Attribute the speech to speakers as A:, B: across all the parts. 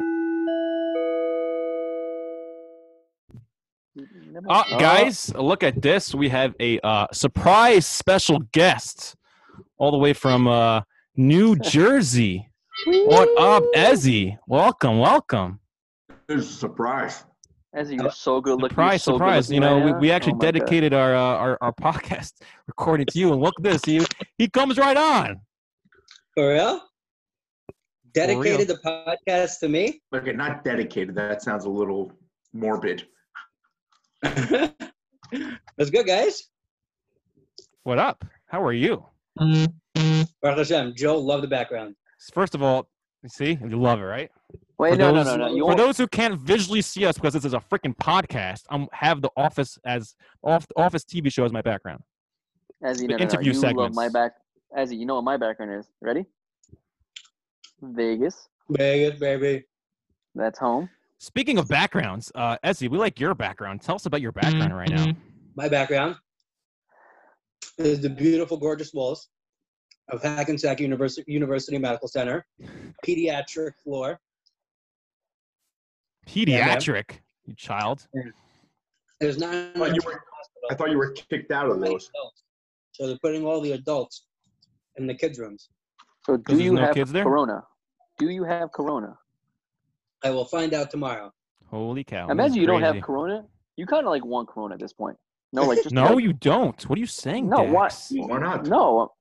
A: Uh,
B: Oh.
A: guys, look at this. We have a uh, surprise special guest all the way from uh, New Jersey. What up, Ezzy? Welcome, welcome.
C: This is a surprise.
B: Ezzy, Oh, you're so good looking.
A: uh, Surprise,
B: you're so
A: surprise.
B: good-looking
A: You know,
B: right
A: we,
B: now.
A: we actually
B: Oh my God.
A: dedicated our, uh, our our podcast recording to you. And look at this. He, he comes right on.
D: For real? Dedicated
A: real.
D: the podcast to me?
C: Okay, not dedicated. That sounds a little morbid.
D: That's good, guys.
A: What up? How are you?
D: Baruch Hashem. Joe, love the background.
A: First of all, you see, you love it, right?
B: Wait,
A: For
B: no, no,
A: those-
B: no, no. You
A: for
B: won't-
A: those who can't visually see us because this is a freaking podcast, I am have the office as off office TV show as my background.
B: Ezzy, no, no, no.
A: interview
B: you love
A: segments.
B: my back. Ezzy, you know what my background is. Ready? Vegas.
D: Vegas, baby.
B: That's home.
A: Speaking of backgrounds, uh, Ezzy, we like your background. Tell us about your background right now.
D: My background is the beautiful, gorgeous walls of Hackensack University, University Medical Center, pediatric floor.
A: Pediatric, you child.
D: There's nine
C: Well, Oh, you were- I thought you were kicked out of those.
D: So they're putting all the adults in the kids' rooms.
B: So do
A: there's
B: you
A: no
B: have
A: kids there?
B: Corona? Do you have Corona?
D: I will find out tomorrow.
A: Holy cow! this
B: Imagine
A: is
B: you don't have
A: crazy.
B: Corona. You kind of like want Corona at this point. No, like just
A: No,
B: like-
A: you don't. What are you saying?
B: No, what-
A: Dax?
C: Why not?
B: no.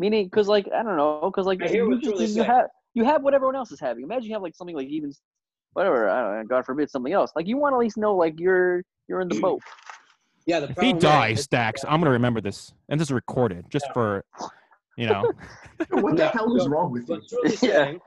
B: Meaning, because like I don't know, because like
D: I hear
B: you,
D: what
B: just-
D: Julie's
B: you
D: saying.
B: have you have what everyone else is having. Imagine you have like something like even whatever. I don't know, God forbid something else. Like you want to at least know like you're you're in the boat.
D: Yeah, the
A: If he
D: problem is-
A: dies, Dax, I'm gonna remember this, and this is recorded just for, you know,
C: What the
D: No.
C: hell is wrong with you?
D: What's really
B: Yeah.
D: saying?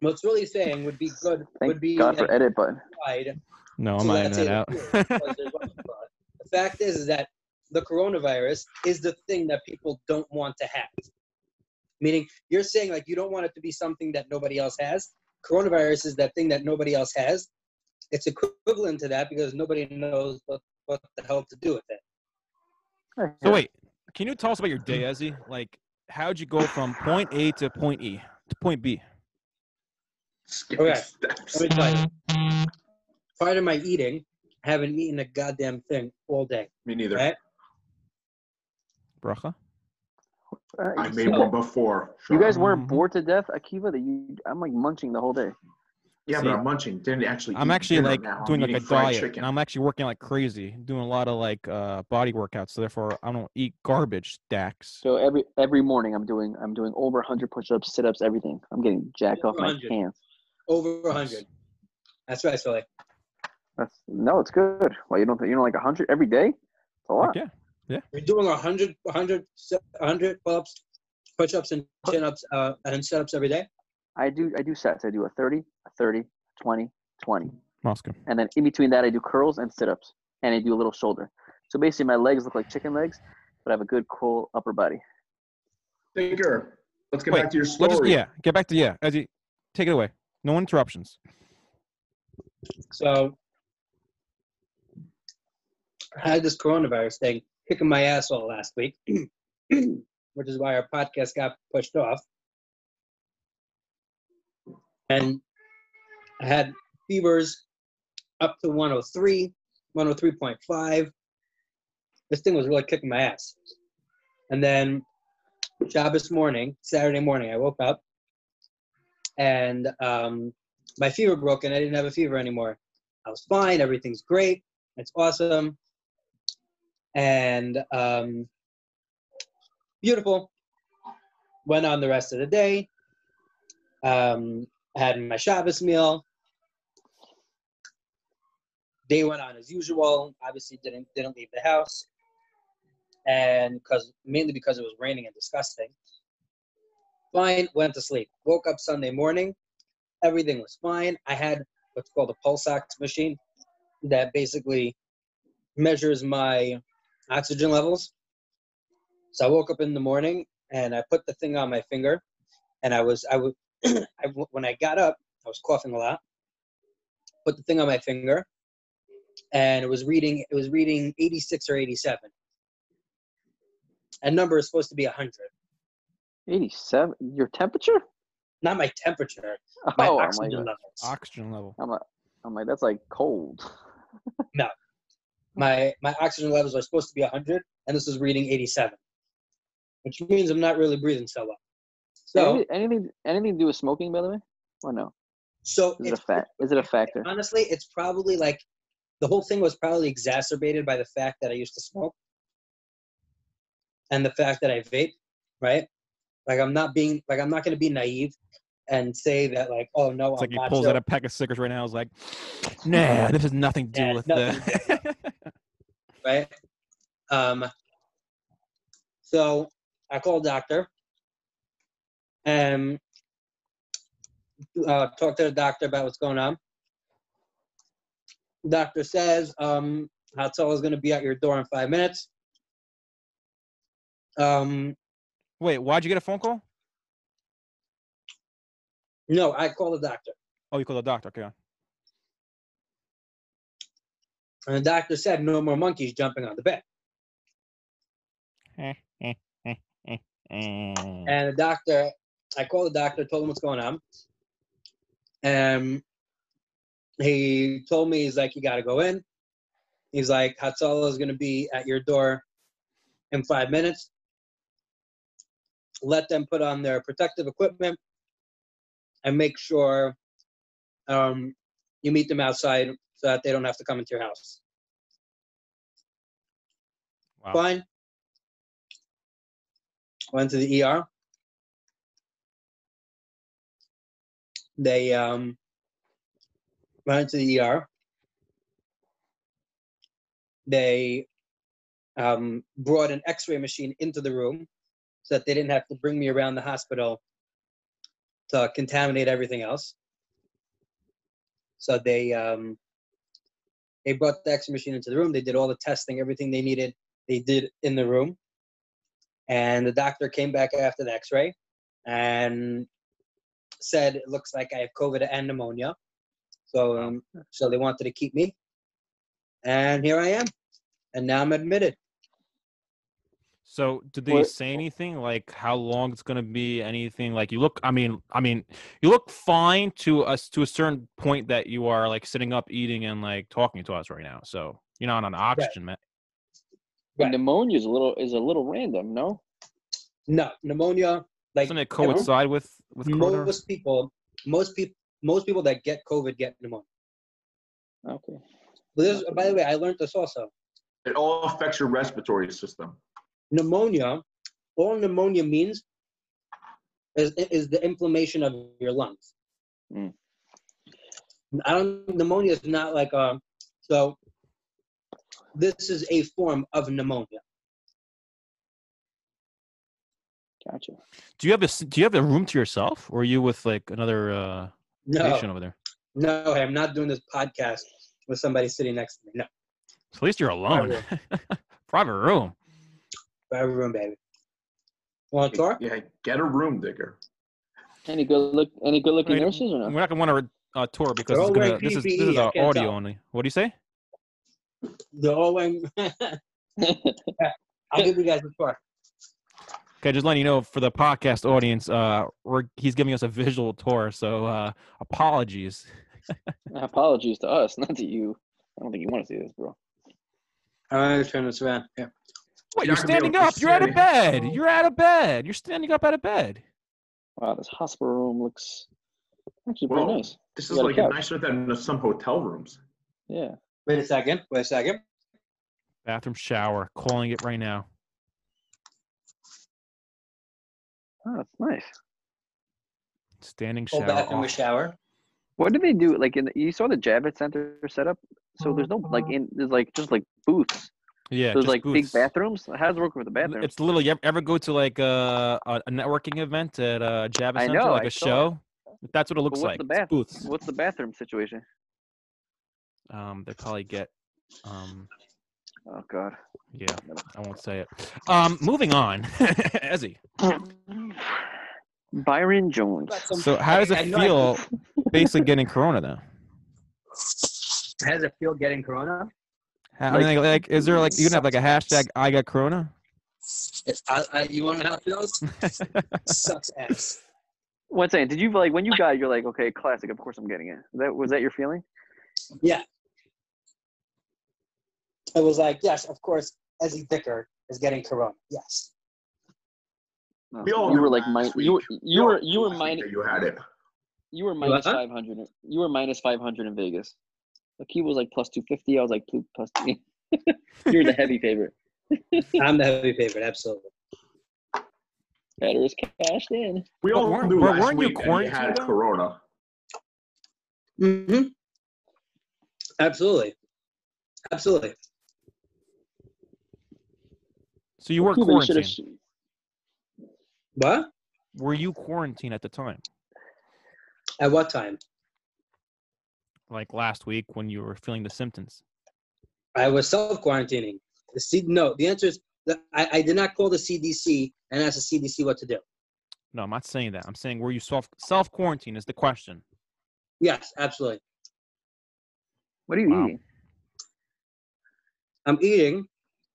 D: What's really saying would be good
B: Thank
D: would be
B: God for
D: that
B: edit button.
D: wide,
A: no, I'm
D: So
A: not
D: that's
A: editing that
D: it.
A: out.
D: because there's one fraud. the fact is, is that the coronavirus is the thing that people don't want to have. Meaning, you're saying like you don't want it to be something that nobody else has. Coronavirus is that thing that nobody else has. It's equivalent to that because nobody knows what, what the hell to do with it.
A: So wait, can you tell us about your day, Ezzy? Like, how'd you go from point A to point E to point B?
C: Skipping
D: Okay.
C: steps.
D: Let me tell you. Prior to my eating, I haven't eaten a goddamn thing all day.
C: Me neither.
D: Right?
A: Bracha?
B: Uh,
C: I
B: you
C: made
B: see-
C: one before. Um,
B: You
C: Shut
B: guys
C: up.
A: Mm-hmm.
B: weren't bored to death, Akiva. That you, I'm like munching the whole day.
C: Yeah,
A: See,
C: but I'm munching. Didn't actually.
A: I'm
C: eat
A: actually
C: dinner
A: like
C: now. I'm
A: doing like a
C: eating fried
A: diet.
C: chicken.
A: And I'm actually working like crazy, doing a lot of like uh, body workouts. So therefore, I don't eat garbage stacks.
B: So every every morning, I'm doing I'm doing over 100 push-ups, sit-ups, everything. I'm getting jacked off
D: Over
B: my
D: 100.
B: hands.
D: Over 100. That's right, Sully.
B: That's no, it's good. Well, you don't you don't like 100 every day. It's a lot.
A: Heck yeah.
D: You're doing 100, 100, 100 pull-ups, push-ups, and chin-ups, uh, and sit-ups every day.
B: I do I do sets. I do a 30, a 30, 20, 20.
A: Moscow.
B: And then in between that I do curls and sit ups. And I do a little shoulder. So basically my legs look like chicken legs, but I have a good cool upper body.
C: Thinker, let's get
A: Wait,
C: back to your
A: Let's
C: story.
A: just, yeah, get back to yeah. Ezzy, take it away. No interruptions.
D: So I had this coronavirus thing kicking my asshole last week, which is why our podcast got pushed off. And I had fevers up to 103, 103.5. This thing was really kicking my ass. And then Shabbos morning, Saturday morning, I woke up and um, my fever broke and I didn't have a fever anymore. I was fine. Everything's great. It's awesome. And um, beautiful. Went on the rest of the day. Um, had my Shabbos meal. Day went on as usual. Obviously, didn't didn't leave the house, and because mainly because it was raining and disgusting. Fine, went to sleep. Woke up Sunday morning everything was fine. I had what's called a pulse ox machine that basically measures my oxygen levels. So I woke up in the morning and I put the thing on my finger, and I was I would I w- when I got up I was coughing a lot. Put the thing on my finger, and it was reading it was reading 86 or 87. That number is supposed to be 100.
B: Eighty seven your temperature?
D: Not my temperature, my
B: Oh I'm
D: oxygen
B: like,
D: levels.
A: Oxygen level.
B: I'm like I'm like, that's like cold.
D: my my oxygen levels are supposed to be 100 and this is reading 87 which means i'm not really breathing so well so
B: anything, anything anything to do with smoking, by the way? Or no?
D: so
B: Is it a
D: it's-
B: fact? Is it a factor?
D: honestly it's probably like the whole thing was probably exacerbated by the fact that i used to smoke and the fact that i vape right like i'm not being like i'm not going to be naive and say that like oh no
A: It's
D: i'm
A: like he
D: not
A: pulls
D: chill.
A: out a pack of cigarettes right now. He's like, nah, this has nothing to do
D: Yeah,
A: with
D: nothing
A: the.
D: right? Um, so I called doctor and uh, talked to the doctor about what's going on. Doctor says um, Hatzel is going to be at your door in five minutes. Um,
A: Wait, why'd you get a phone call?
D: no, I called the doctor,
A: Oh, you called the doctor. Okay.
D: and the doctor said no more monkeys jumping on the bed.
A: Mm.
D: And the doctor, I called the doctor, told him what's going on. Um, he told me, he's like, you got to go in. He's like, Hatsala is going to be at your door in five minutes. Let them put on their protective equipment and make sure um, you meet them outside so that they don't have to come into your house.
A: Wow.
D: Fine. Went to the ER. They um, went to the ER. They um, brought an X-ray machine into the room so that they didn't have to bring me around the hospital to contaminate everything else. So they um, they brought the X-ray machine into the room. They did all the testing, everything they needed they did in the room. And the doctor came back after the x ray and said, It looks like I have COVID and pneumonia. So, um, so they wanted to keep me. And here I am. And now I'm admitted.
A: So, did they
B: What-
A: say anything like how long it's gonna be? Anything like you look? I mean, I mean, you look fine to us to a certain point that you are like sitting up, eating, and like talking to us right now. So you're not on oxygen, man.
D: Right.
B: Pneumonia is a little is a little random, no?
D: No, pneumonia, like
A: Doesn't it coincide with with corona?
D: most people, most people, most people that get COVID get pneumonia.
B: Okay.
D: But this, by the way, I learned this also.
C: It all affects your respiratory system.
D: Pneumonia, all pneumonia means is, is the inflammation of your lungs.
B: Mm.
D: I don't. Pneumonia is not like um. So this is a form of pneumonia.
B: Gotcha.
A: Do you have a s- Do you have a room to yourself, or are you with like another uh,
D: No,
A: patient over there?
D: no, I'm not doing this podcast with somebody sitting next to me. No,
A: So at least you're alone. Private room.
D: private room, baby. Want to tour?
C: Yeah, get a room digger.
B: Any good look any good looking
A: Wait,
B: nurses or
A: We're
B: no?
A: not gonna want to uh, tour because
D: They're
A: it's
D: all
A: gonna,
D: wearing
A: this is this
D: PPE,
A: is
D: E, I
A: our
D: can't
A: audio
D: tell.
A: only. What do you say?
D: They're all wearing. I'll give you guys a tour.
A: Okay, just letting you know for the podcast audience, uh, we're, he's giving us a visual tour, so uh, apologies.
B: Apologies to us, not to you. I don't think you want to see this, bro.
D: I'm gonna turn this around. Yeah.
A: Wait,
C: You're
A: you're
C: not gonna be
A: standing
C: able to Oh.
A: up. You're out of
C: see.
A: bed. You're out of bed. You're standing up out of bed.
B: Wow, this hospital room looks actually pretty
C: Whoa.
B: nice.
C: This
B: You
C: is
B: got a
C: like
B: couch.
C: nicer than some hotel rooms.
B: Yeah.
D: Wait a second. Wait a second.
A: Bathroom shower. Calling it right now.
B: Oh, that's nice.
A: Standing
D: Full
A: shower.
D: bathroom
A: off.
D: with shower.
B: What do they do? Like in the, you saw the Javits Center set up, so there's no like in there's like just like booths.
A: Yeah,
B: there's
A: just
B: like big
A: booths.
B: bathrooms. How does it work with the bathrooms?
A: It's literally you ever- ever go to like uh, a a networking event at uh, Java
B: I
A: Center,
B: know,
A: like a
B: I saw it.
A: show. That's what it looks
B: what's
A: like.
B: the
A: It's
B: bath-
A: booths.
B: What's the bathroom situation?
A: Um, they probably get. Um,
B: Oh God.
A: yeah, I won't say it. Um, moving on, Ezzy.
B: Byron Jones.
D: Got some-
A: So how does
D: I
A: it
D: know I
A: feel basically getting corona though?
D: How does it feel getting corona?
A: How- I mean, like, like, is there like you can have like a hashtag I got corona?
D: It's- I, I, you want to know how it feels? Sucks ass.
B: One second. Did you like when you got? it, You're like, okay, classic. Of course, I'm getting it. That was that your feeling?
D: Yeah. It was like, yes, of course, Ezzy Dicker is getting corona. Yes.
B: No,
C: We all
B: you
C: know
B: were like
C: last
B: minus.
C: week.
B: You were you were you were
C: Last week
B: minus.
C: that You had it.
B: You were minus
D: What?
B: five hundred. You were minus five hundred in Vegas. Like he was like plus two fifty. I was like plu- plus. you were the heavy favorite.
D: I'm the heavy favorite, absolutely.
B: Better is cashed in.
C: We
A: But
C: all
A: weren't-
C: knew
A: but
C: last
A: weren't you
C: week that you had
A: quarantined, though?
C: corona.
D: Mm-hmm. Absolutely. Absolutely.
A: So you were
B: Cuban should have.
A: quarantined.
D: What?
A: Were you quarantined at the time?
D: At what time?
A: Like last week when you were feeling the symptoms?
D: I was self quarantining. The C- no, the answer is that I, I did not call the CDC and ask the CDC what to do.
A: No, I'm not saying that. I'm saying were you self self quarantine is the question.
D: Yes, absolutely.
B: What are you
A: Wow.
B: eating?
D: I'm eating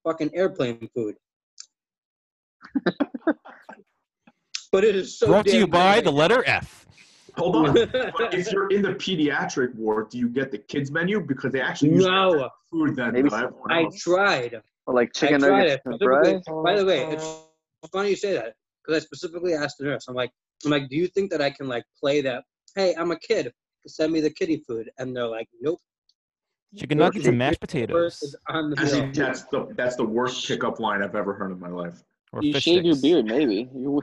D: fucking airplane food. but it is so
A: Brought to
D: damn
A: you by the
D: good.
A: letter F.
C: Hold on. but if you're in the pediatric ward, do you get the kids menu because they actually usually have
D: no,
C: food then?
B: Maybe
C: than everyone
D: I
C: else.
D: tried.
B: Or like chicken
D: I tried
B: nuggets
D: it.
B: and
D: specifically-
B: fries?
D: By the way, it's funny you say that because I specifically asked the nurse. I'm like, I'm like, do you think that I can like play that? Hey, I'm a kid. Send me the kitty food, and they're like, nope.
A: Chicken nuggets and mashed potatoes.
D: Is on the
C: Actually,
D: bill.
C: that's the that's the worst pickup line I've ever heard in my life.
A: Or
B: You
A: fish
B: shave your
A: sticks.
B: beard, maybe. You,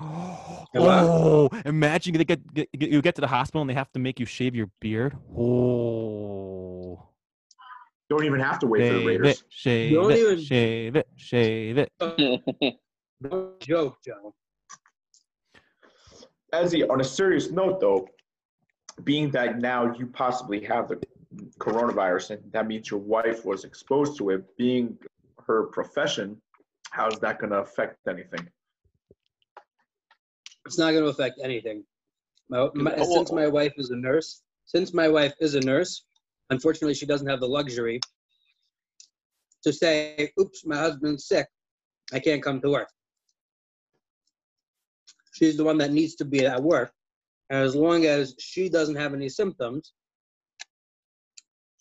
A: Oh, imagine they get, get you get to the hospital and they have to make you shave your beard. Oh,
C: Don't even have to wait for the
A: shave it,
C: Raiders.
A: shave
D: Don't
A: it,
D: even-
A: shave it, shave it.
D: No joke, Joe.
C: Ezzy, on a serious note though, being that now you possibly have the coronavirus and that means your wife was exposed to it, being her profession, how's that gonna affect anything?
D: It's not going to affect anything. My, my,
B: Oh,
D: since
B: oh.
D: my wife is a nurse, since my wife is a nurse, unfortunately, she doesn't have the luxury to say, "Oops, my husband's sick. I can't come to work." She's the one that needs to be at work, and as long as she doesn't have any symptoms,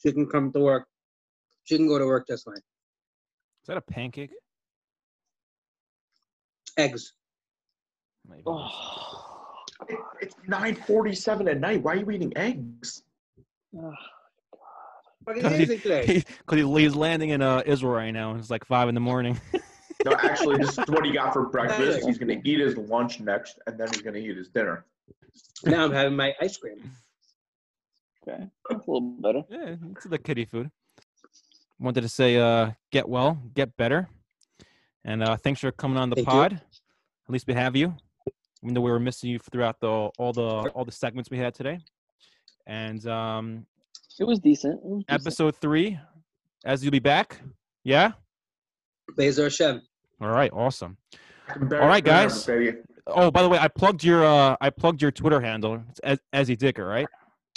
D: she can come to work. She can go to work just fine.
A: Is that a pancake?
D: Eggs.
A: Not even-
B: oh,
C: It, it's nine forty seven at night. Why are you eating eggs?
D: Fucking
A: Cause he-
D: amazing today.
A: Cause he- he's landing in uh, Israel right now, and it's like five in the morning.
C: No, actually this is what he got for breakfast. He's gonna eat his lunch next and then he's gonna eat his dinner.
D: Now I'm having my ice cream.
B: that's a little better.
A: Yeah, it's the kitty food. Wanted to say, uh, get well, get better, and uh, thanks for coming on the
D: Thank you.
A: pod. At least we have you. Even though we were missing you throughout the all the all the segments we had today, and um,
B: It was decent. It was decent.
A: episode three, as you'll be back. Yeah.
D: Bezer Hashem.
A: All right. Awesome.
C: All
A: right, guys.
C: Baby.
A: Oh, by the way, I plugged your uh, I plugged your Twitter handle. It's Ez- Ezzy Dicker, right?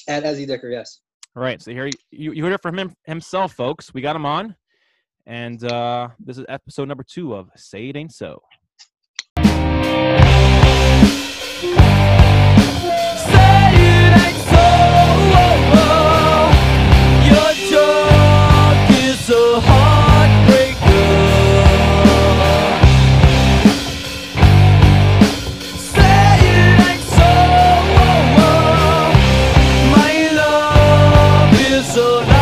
D: At Ezzy Dicker, yes.
A: All right. So here you, you heard it from him himself, folks. We got him on, and uh, this is episode number two of Say It Ain't So.
E: My love is a